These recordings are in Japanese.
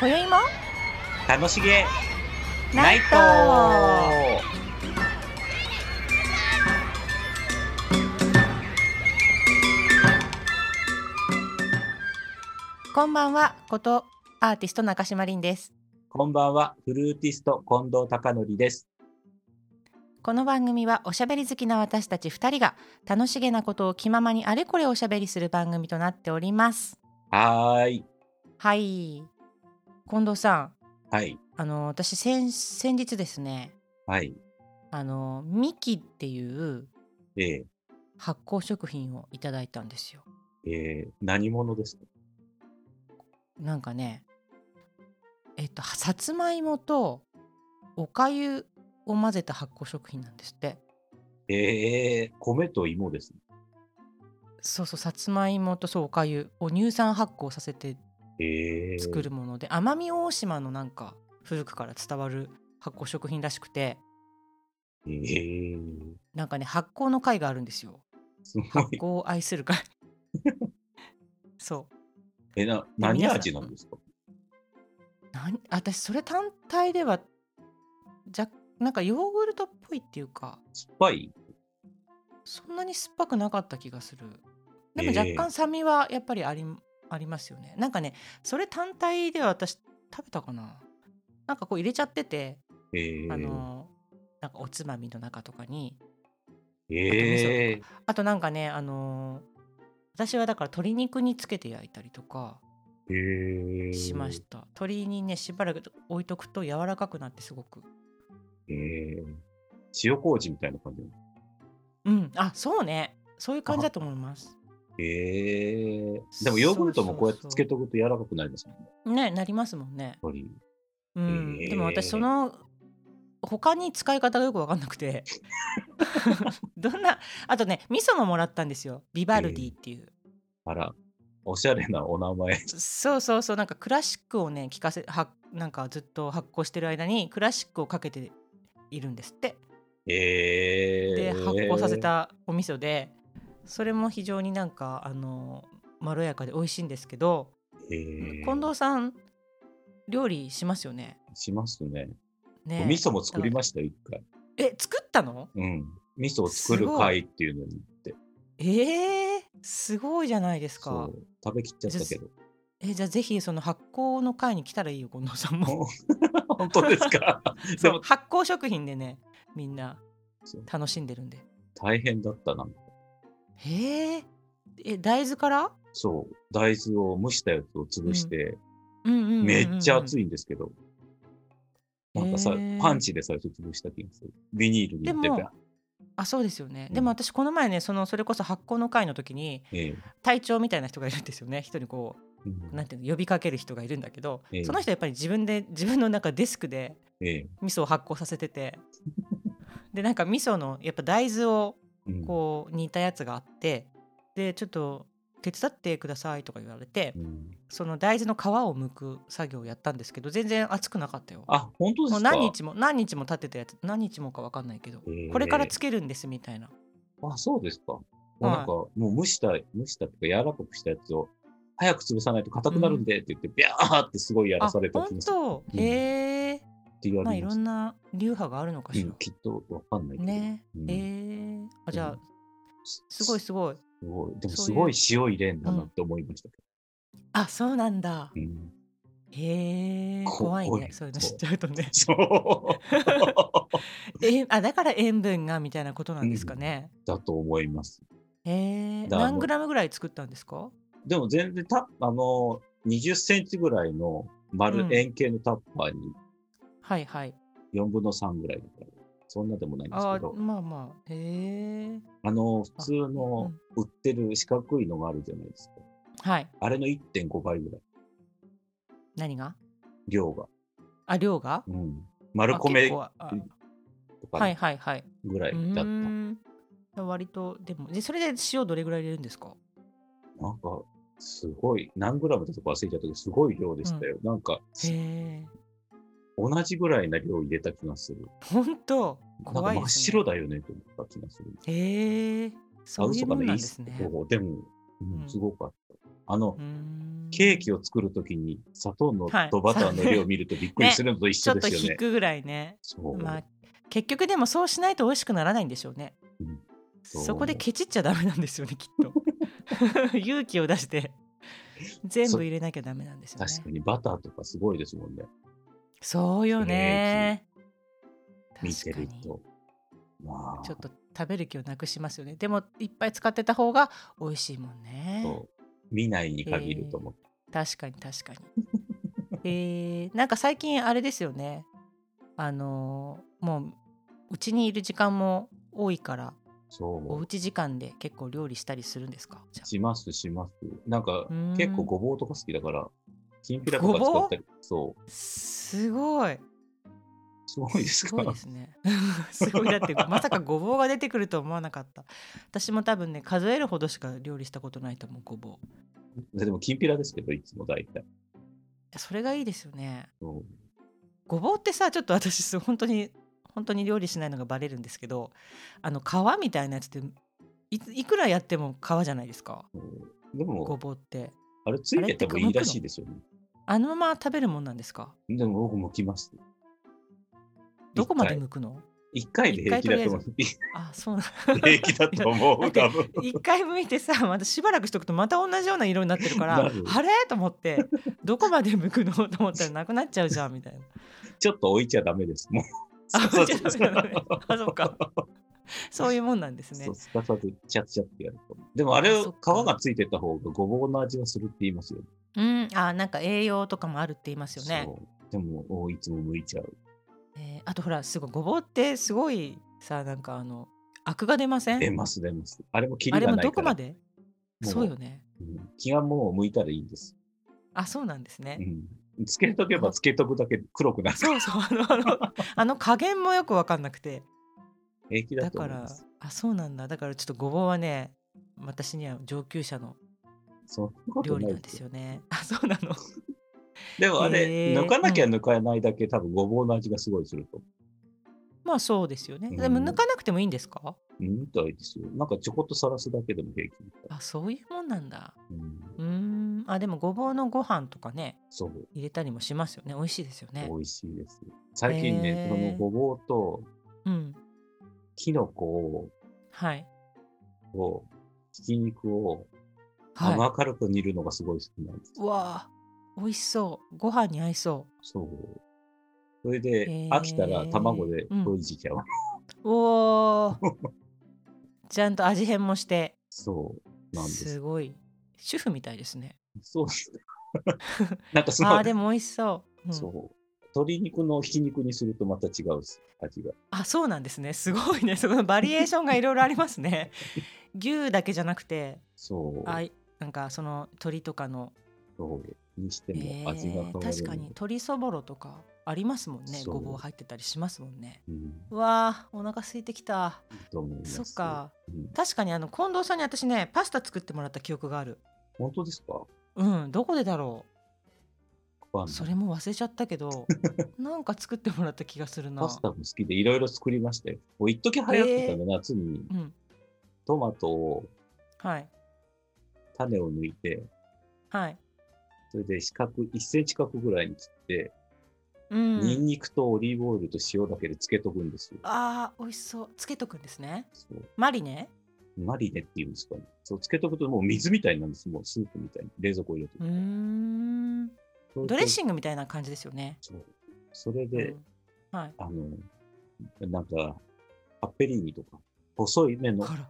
今宵も楽しげナナイイトトこんばんはことアーティスト中島凛ですこんばんは、フルーティスト近藤孝則です。この番組はおしゃべり好きな私たち2人が楽しげなことを気ままにあれこれおしゃべりする番組となっておりますはーい。はい近藤さんはい。あの私先先日ですねはい。あのミキっていうえ発酵食品をいただいたんですよー、えー、何者ですかなんかねえっとさつまいもとおかゆを混ぜた発酵食品なんですってえー、米と芋ですね。そうそうさつまいもとそうおかゆを乳酸発酵させてえー、作るもので、奄美大島のなんか古くから伝わる発酵食品らしくてえー、なんかね発酵の会があるんですよすご発い。酵を愛する会そうえ、な、何味なんですかなん私それ単体ではじゃなんかヨーグルトっぽいっていうか酸っぱいそんなに酸っぱくなかった気がするでもええ若干酸味はやっぱりあり,、ありますよねなんかねそれ単体では私食べたかななんかこう入れちゃってて、えー、あのなんかおつまみの中とかにえー、あとなんかねあの私はだから鶏肉につけて焼いたりとかえー、しました、鶏にねしばらく置いとくと柔らかくなってすごくえー、塩麹みたいな感じなのうんあそうねそういう感じだと思いますえー、でもヨーグルトもこうやってつけとくと柔らかくなりますもんねね。なりますもんねやっぱりうん、へえでも私その他に使い方がよく分かんなく てどんなあとね味噌ももらったんですよビバルディっていう、あら、おしゃれなお名前。そうそうそうなんかクラシックをね聞かせはなんかずっと発酵してる間にクラシックをかけているんですってえー、で発酵させたお味噌でそれも非常になんかあのまろやかで美味しいんですけど、えー、近藤さん料理しますよねしますね。ねお味噌も作りましたよ、一回。え作ったのうん。味噌を作る会っていうのに行って。えー、すごいじゃないですそか。う。食べきっちゃったけど。えじゃあぜひその発酵の会に来たらいいよ近藤さん も。本当ですかでそうも発酵食品でねみんなそう楽しんでるんで。大変だったな。へーえ大豆からそう。大豆を蒸したやつを潰しうんうんて、うんうんめっちゃ熱い。いんですけど。なんかさ、へーパンチで最初潰した気がする。ビニールにで入れても。あそうですよね、うんでも私この前ねそのそれこそ発酵の会の時にええ隊長みたいな人がいるんですよね一人こううんなんていうの呼びかける人がいるんだけど、ええその人やっぱり自分で 自分のなんかデスクでええ味噌を発酵させて てでなんか味噌のやっぱ大豆をうんこう似たやつがあってでちょっと手伝ってくださいとか言われてうんその大豆の皮を剥く作業をやったんですけど全然熱くなかったよ。あ、本当でもうすか何日も何日も経ってたやつ何日もか分かんないけどえーこれからつけるんですみたいなあ、そうですか。もうはいなんか、もう蒸した、蒸したっていうか、柔らかくしたやつを、早く潰さないと硬くなるんでって言って、ビャーってすごいやらあされた本気がする当うんへえって言わまあれいまろした。んな流派があるのかしうんらきっとわかんないけど。ねうんえーあじゃうあんすごいすすごいごい。そでもうすいうごい塩入れんだなって思いましたけあそうなんだど。うん へえこ怖いこねうそういうの知っちゃうとねそう。 えあだから塩分がみたいなことなんですかね、だと思います。へえだから何もうグラムぐらい作ったんですかでも全然た、あの、20センチぐらいのう丸ん円形のタッパーにはいはい4分の3ぐらいだから、そんなでもないんですあけーど、まあまあへえあの、普通の売ってる四角いのがあるじゃないですか。はいあれの1.5倍ぐらい、何が量が。あ量がうあん。丸結米と構あはかいはいはいぐらいうだった。ーん割とでもでそれで塩どれぐらい入れるんですかなんか、すごい、何グラムだとか忘れちゃったけど、すごい量でしたよ。なんか、へえ同じぐらいな量入れた気がする。本当なんか怖い真っです、ね、白だよねと思った気がする。へえそういうもんなんですねあ嘘かなそうでも、うんうんすごかっあの、ケーキを作るときに砂糖のはいとバターの量を見るとびっくりするのと一ちょ緒っでとすよね。引くぐらいねそう、まあ結局でもそうしないと美味しくならないんでしょうね、うんそうそこでケチっちゃダメなんですよねきっ と勇気を出して全部入れなきゃダメなんですよね確かにバターとかすごいですもんね。そうよね見確てかるにと。まあ、ちょっと食べる気をなくしますよねでもいっぱい使ってた方が美味しいもんねそう見ないに限ると思う。確かに確かに えー、なんか最近あれですよねあのーもううちにいる時間も多いからおそううち時間で結構料理したりするんですかじゃあしますします。なんかうーん結構ごぼうとか好きだから、きんぴらとか使ったり。そう。すごいすごいですごいかですね すごいだってまさかごぼうが出てくるとは思わなかった私も多分ね数えるほどしか料理したことないと思うごぼうでもきんぴらですけど、いつも大体。それがいいですよねそうごぼうってさちょっと私そう本当に本当に料理しないのがバレるんですけどあの皮みたいなやつっていいくらやっても皮じゃないですかそうでごも、ぼうってあれついててもいいらしいですよね。あのまま食べるもんなんですかでも僕もきます。どこまで剥くの一回で平気だと思う。あそうな 平気だと思う、多分。 一回剥いてさまたしばらくしとくとまた同じような色になってるからなあるれと思ってどこまで剥くの と思ったらなくなっちゃうじゃんみたいな。ちょっと置いちゃダメです。もう。あすかさず置いちゃダメあそうかそういうもんなんですねそう。すかさずちゃっちゃってやると。でもあれ、あ皮そっかがついてた方がごぼうの味がするって言いますよね。うんあなんか栄養とかもあるって言いますよね。そうでも、おいつも向いちゃう。えーあとほらすごいごぼうってすごいさなんかあのアクが出ません出ます、出ます。あれもキあリれがもないどかこまら。でもうそうよねうん気がもう向いたらいいんです。あそうなんですね、うん。つけとけばつけとくだけ黒くなるからそうそうあのあの あの加減もよく分かんなくて平気だだと思かいまらす。あそうなんだだからちょっとごぼうはね私には上級者のそんなこと料理なないんでですすよ。よね あそうなのでもあれ、へー抜かなきゃ抜かないだけ、多分ごぼうの味がすごいすると。まあそうですよねうんでも抜かなくてもいいんですかうん、みたいですよ。なんかちょこっとさらすだけでも平気みたい。あそういうもんなんだうん、うーんあでもごぼうのご飯とかねそう、入れたりもしますよね美味しいですよね美味しいです。最近へね、ーこのごぼうとうんきのこはいを、ひき肉をはい甘辛く煮るのがすごい好きなんです。うわあ美味しそうご飯に合いそそう。それへでー飽きたら卵でうん溶いじちゃう。うおーちゃんと味変もしてそうなんですす。ごい主婦みたいですねそう です。なんかすごい。あーでも美味しそう、うんそう。鶏肉のひき肉にするとまた違うし味が。あそうなんですねすごいねそのバリエーションがいろいろあります ね牛だけじゃなくてそう。あいなんかその鳥とかの、そうにしてえも味が変わーる。確かに鶏そぼろとかありますもんねそうごぼう入ってたりしますもんねうん。うわーお腹空いてきたいいと思います。そっかうん。確かにあの近藤さんに私ねパスタ作ってもらった記憶がある本当ですかうんどこでだろわかんうないそれも忘れちゃったけ どなんか作ってもらった気がするなパスタも好きでいろいろ作りましたよ。もう一時流行ってたの、夏にうんトマトをはい種を抜いて、はいそれで四角、1センチ角ぐらいに切って、うニンんニクとオリーブオイルと塩だけで漬けとくんですよ。あー美味しそうつけとくんですねそうマリネマリネっていうんですかね。そう、漬けとくともう水みたいなんです。もうスープみたいに。冷蔵庫入れとうーく。んドレッシングみたいな感じですよね。そう。それで、うんはい。あの、なんか、カッペリーニとか、細い目のから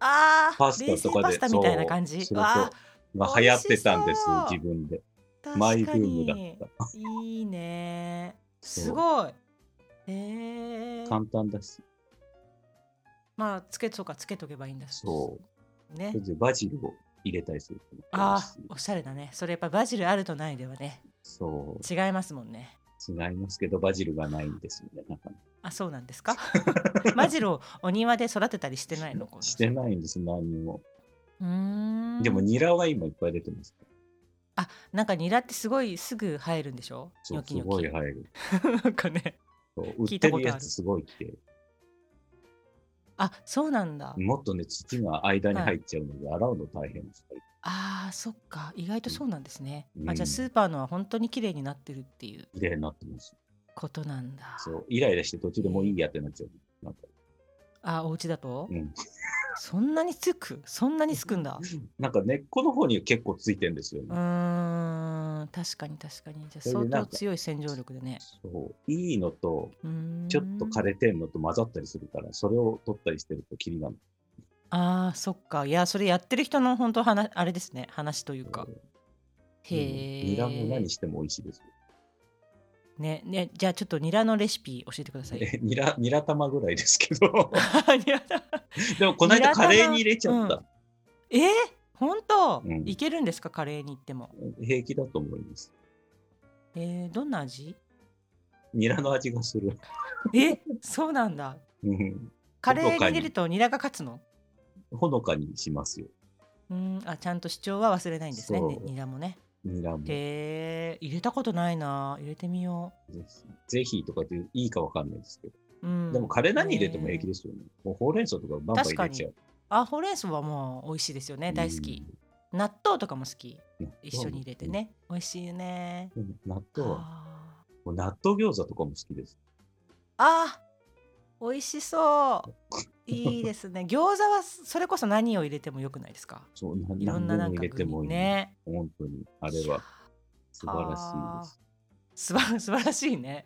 ああ、パスタと冷かで、製パスタみたいな感じ。そうそうわあ、そうが美流行っ味してたんですそう、自分で。確かにマイブームだっいいね。そうすごい。ええた。簡単だし。まあつけとかつけとけばいいんだ。そうねそれ。でバジルを入れたりすると美あ味あしい。、おしゃれだね。それやっぱバジルあるとないではね、そう。違いますもんね。違いますけど、バジルがないんですよね。なんかあ、そうなん ですか。バジルをお庭で育てたりしてないの？この人してないんです、何にも。うーん。でも、ニラは今いっぱい出てます。あ、なんかニラってすごいすぐ生えるんでしょ？そニョうすキニョごいキ。入る。 なんかね。そう聞売っいてたことるあるやつすごい来て。あそうなんだ、もっとね、土が間に入っちゃうので、洗うの大変です。あーそっか意外とそうなんですね、うんあじゃあスーパーのは本当に綺麗になってるっていう綺麗になってます。ことなんだそう、イライラして途中でもういいやってなっちゃう。なんか、あお家だと、うんそんなにつくそんなにつくんだなんか根っこの方に結構ついてんですようね。ーん確かに確かにじゃあそれ相でなん当か強い洗浄力でねそう、いいのと、うーんちょっと枯れてんのと混ざったりするから、それを取ったりしてるとキリなの。あーそっかいやそれやってる人の本当話あれですね話というかうんへえニラも何しても美味しいです。ねねじゃあちょっとニラのレシピ教えてくださいえニラ、ニラ玉ぐらいですけど。ニラだでも、この間ニラ玉カレーに入れちゃった。 えー、本当、うんいけるんですかカレーに行っても平気だと思います。えー、どんな味ニラの味がする。えそうなんだうんカレーにどこか入にれるとニラが勝つのほのかにしますよ。うーんあちゃんと主張は忘れないんですねそうねニラもねニラも。ぜへえ入れたことないな入れてみよひぜひとかっていいかわかんないですけど。う、うん、でも、カレー何入れても平気ねですよね。もうほうれん草とかバンバン入れちゃう。あほうれん草はもう美味しいですよね大好き、納豆とかも好きうん。一緒に入れてね美味しいねうん。納豆は、あーもう納豆餃子とかも好きです。あー美味しそういいです ね餃子はそれこそ何を入れてもよくないですかそう、ないろん何ななでもん入かれて具もにいい。ね本当に。あれは素晴らしいです。素晴素晴らしい ね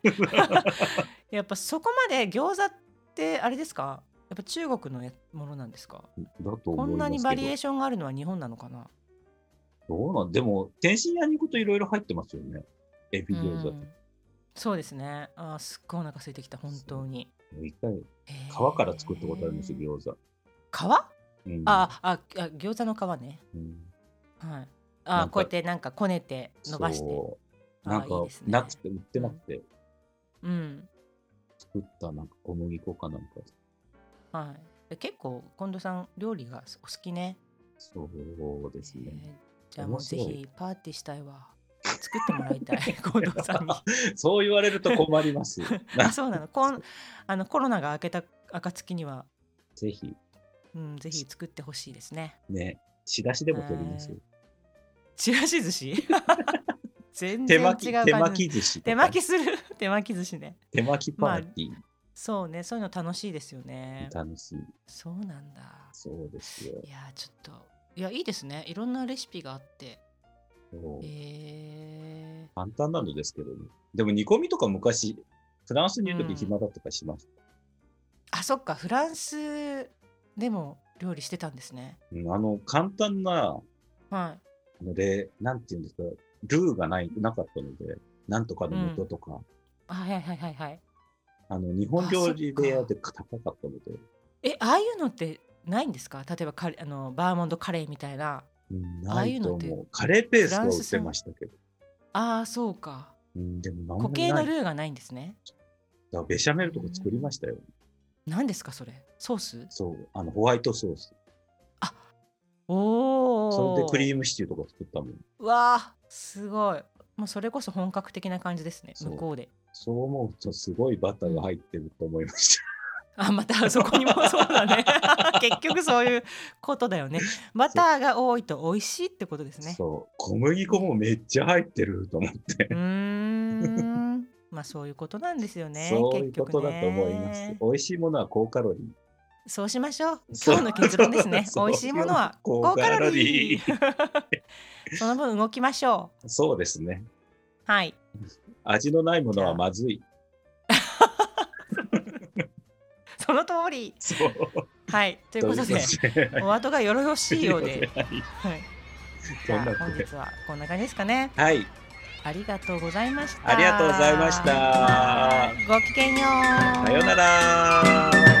やっぱそこまで餃子ってあれですかやっぱ中国のやものなんですかだとこ思いんなますにけど。バリエーションがあるのは日本なのかなどうなんでも、天津屋に行くといろいろ入ってますよね。エビう餃子とんそうですねあーすっごいお腹空いてきた本当に一回、へー皮から作ったことあるんですよ、餃子。皮、うんあああ餃子の皮ねうんはいなあんかこうやってなんかこねて伸ばしてそあーう。なんかいいですねなくて、売ってなくて、うん作ったなんか小麦粉かなんか。はいえ結構近藤さん料理がお好きねそうですね。えーじゃあもう面ぜ白いひパーティーしたいわ。作ってもらいたい近藤さんに。 そう言われると困ります。 あそうなの。こんあのコロナが明けた暁には、ぜひ、うん、ぜひ作ってほしいですね。ね、仕出しでも取りますよ。ちらし寿司全手然違う感巻じき、手巻き手巻き寿司とか。する 手巻き寿司ね。手巻きパーティー、そうね、そういうの楽しいですよね。楽しい。そうなんだ。そうですよ。いやー、ちょっと、いや、いいですね。いろんなレシピがあって。そうえ簡単なのですけどね。でも煮込みとか昔、フランスにいるう時ん暇だったからしました。ー、あ、そっか、フランスでも料理してたんですね。うんあの、簡単なはい。ので、なんていうんですか、ルーがないなかったので、なんとかの素とか、あはいはいはいはい。あの、日本料理部あ屋そで高かったので、えああいうのってないんですか例えばカレーあのバーモントカレーみたいなうんああないいうとのって思う。カレーペーストはフラ売ンスって産ましたけど、ああそうかうん、でも固何形もなのい。ルだかーがないんですねらベシャメルとか作りましたよ。何ですかそれソースそう、あの、ホワイトソース。おおそれでクリーームシチューとか作ったもん。ムわあすごいもうそれこそ本格的な感じですねそう向こうでそう思うとすごいバターが入ってると思いました。あま たそこにもそうだね 結局そういうことだよねバターが多いと美味しいってことですねそう小麦粉もめっちゃ入ってると思って、うーんまあそういうことなんですよね そういうことだ結局ねと思います、美味しいものは高カロリーそうしましょう。そう今日の結論ですね。 そう美味しいものは高高カロリー。 その分動きましょそうですねう。はい。味のないものはまずいその通り。そうはい。ということで、でお後がよろしいようで。はい。 じそんゃなあこ本とで日はこんな感じですか ね。はいありがとうございました。ありがとうございましたごきげんよう。さようなら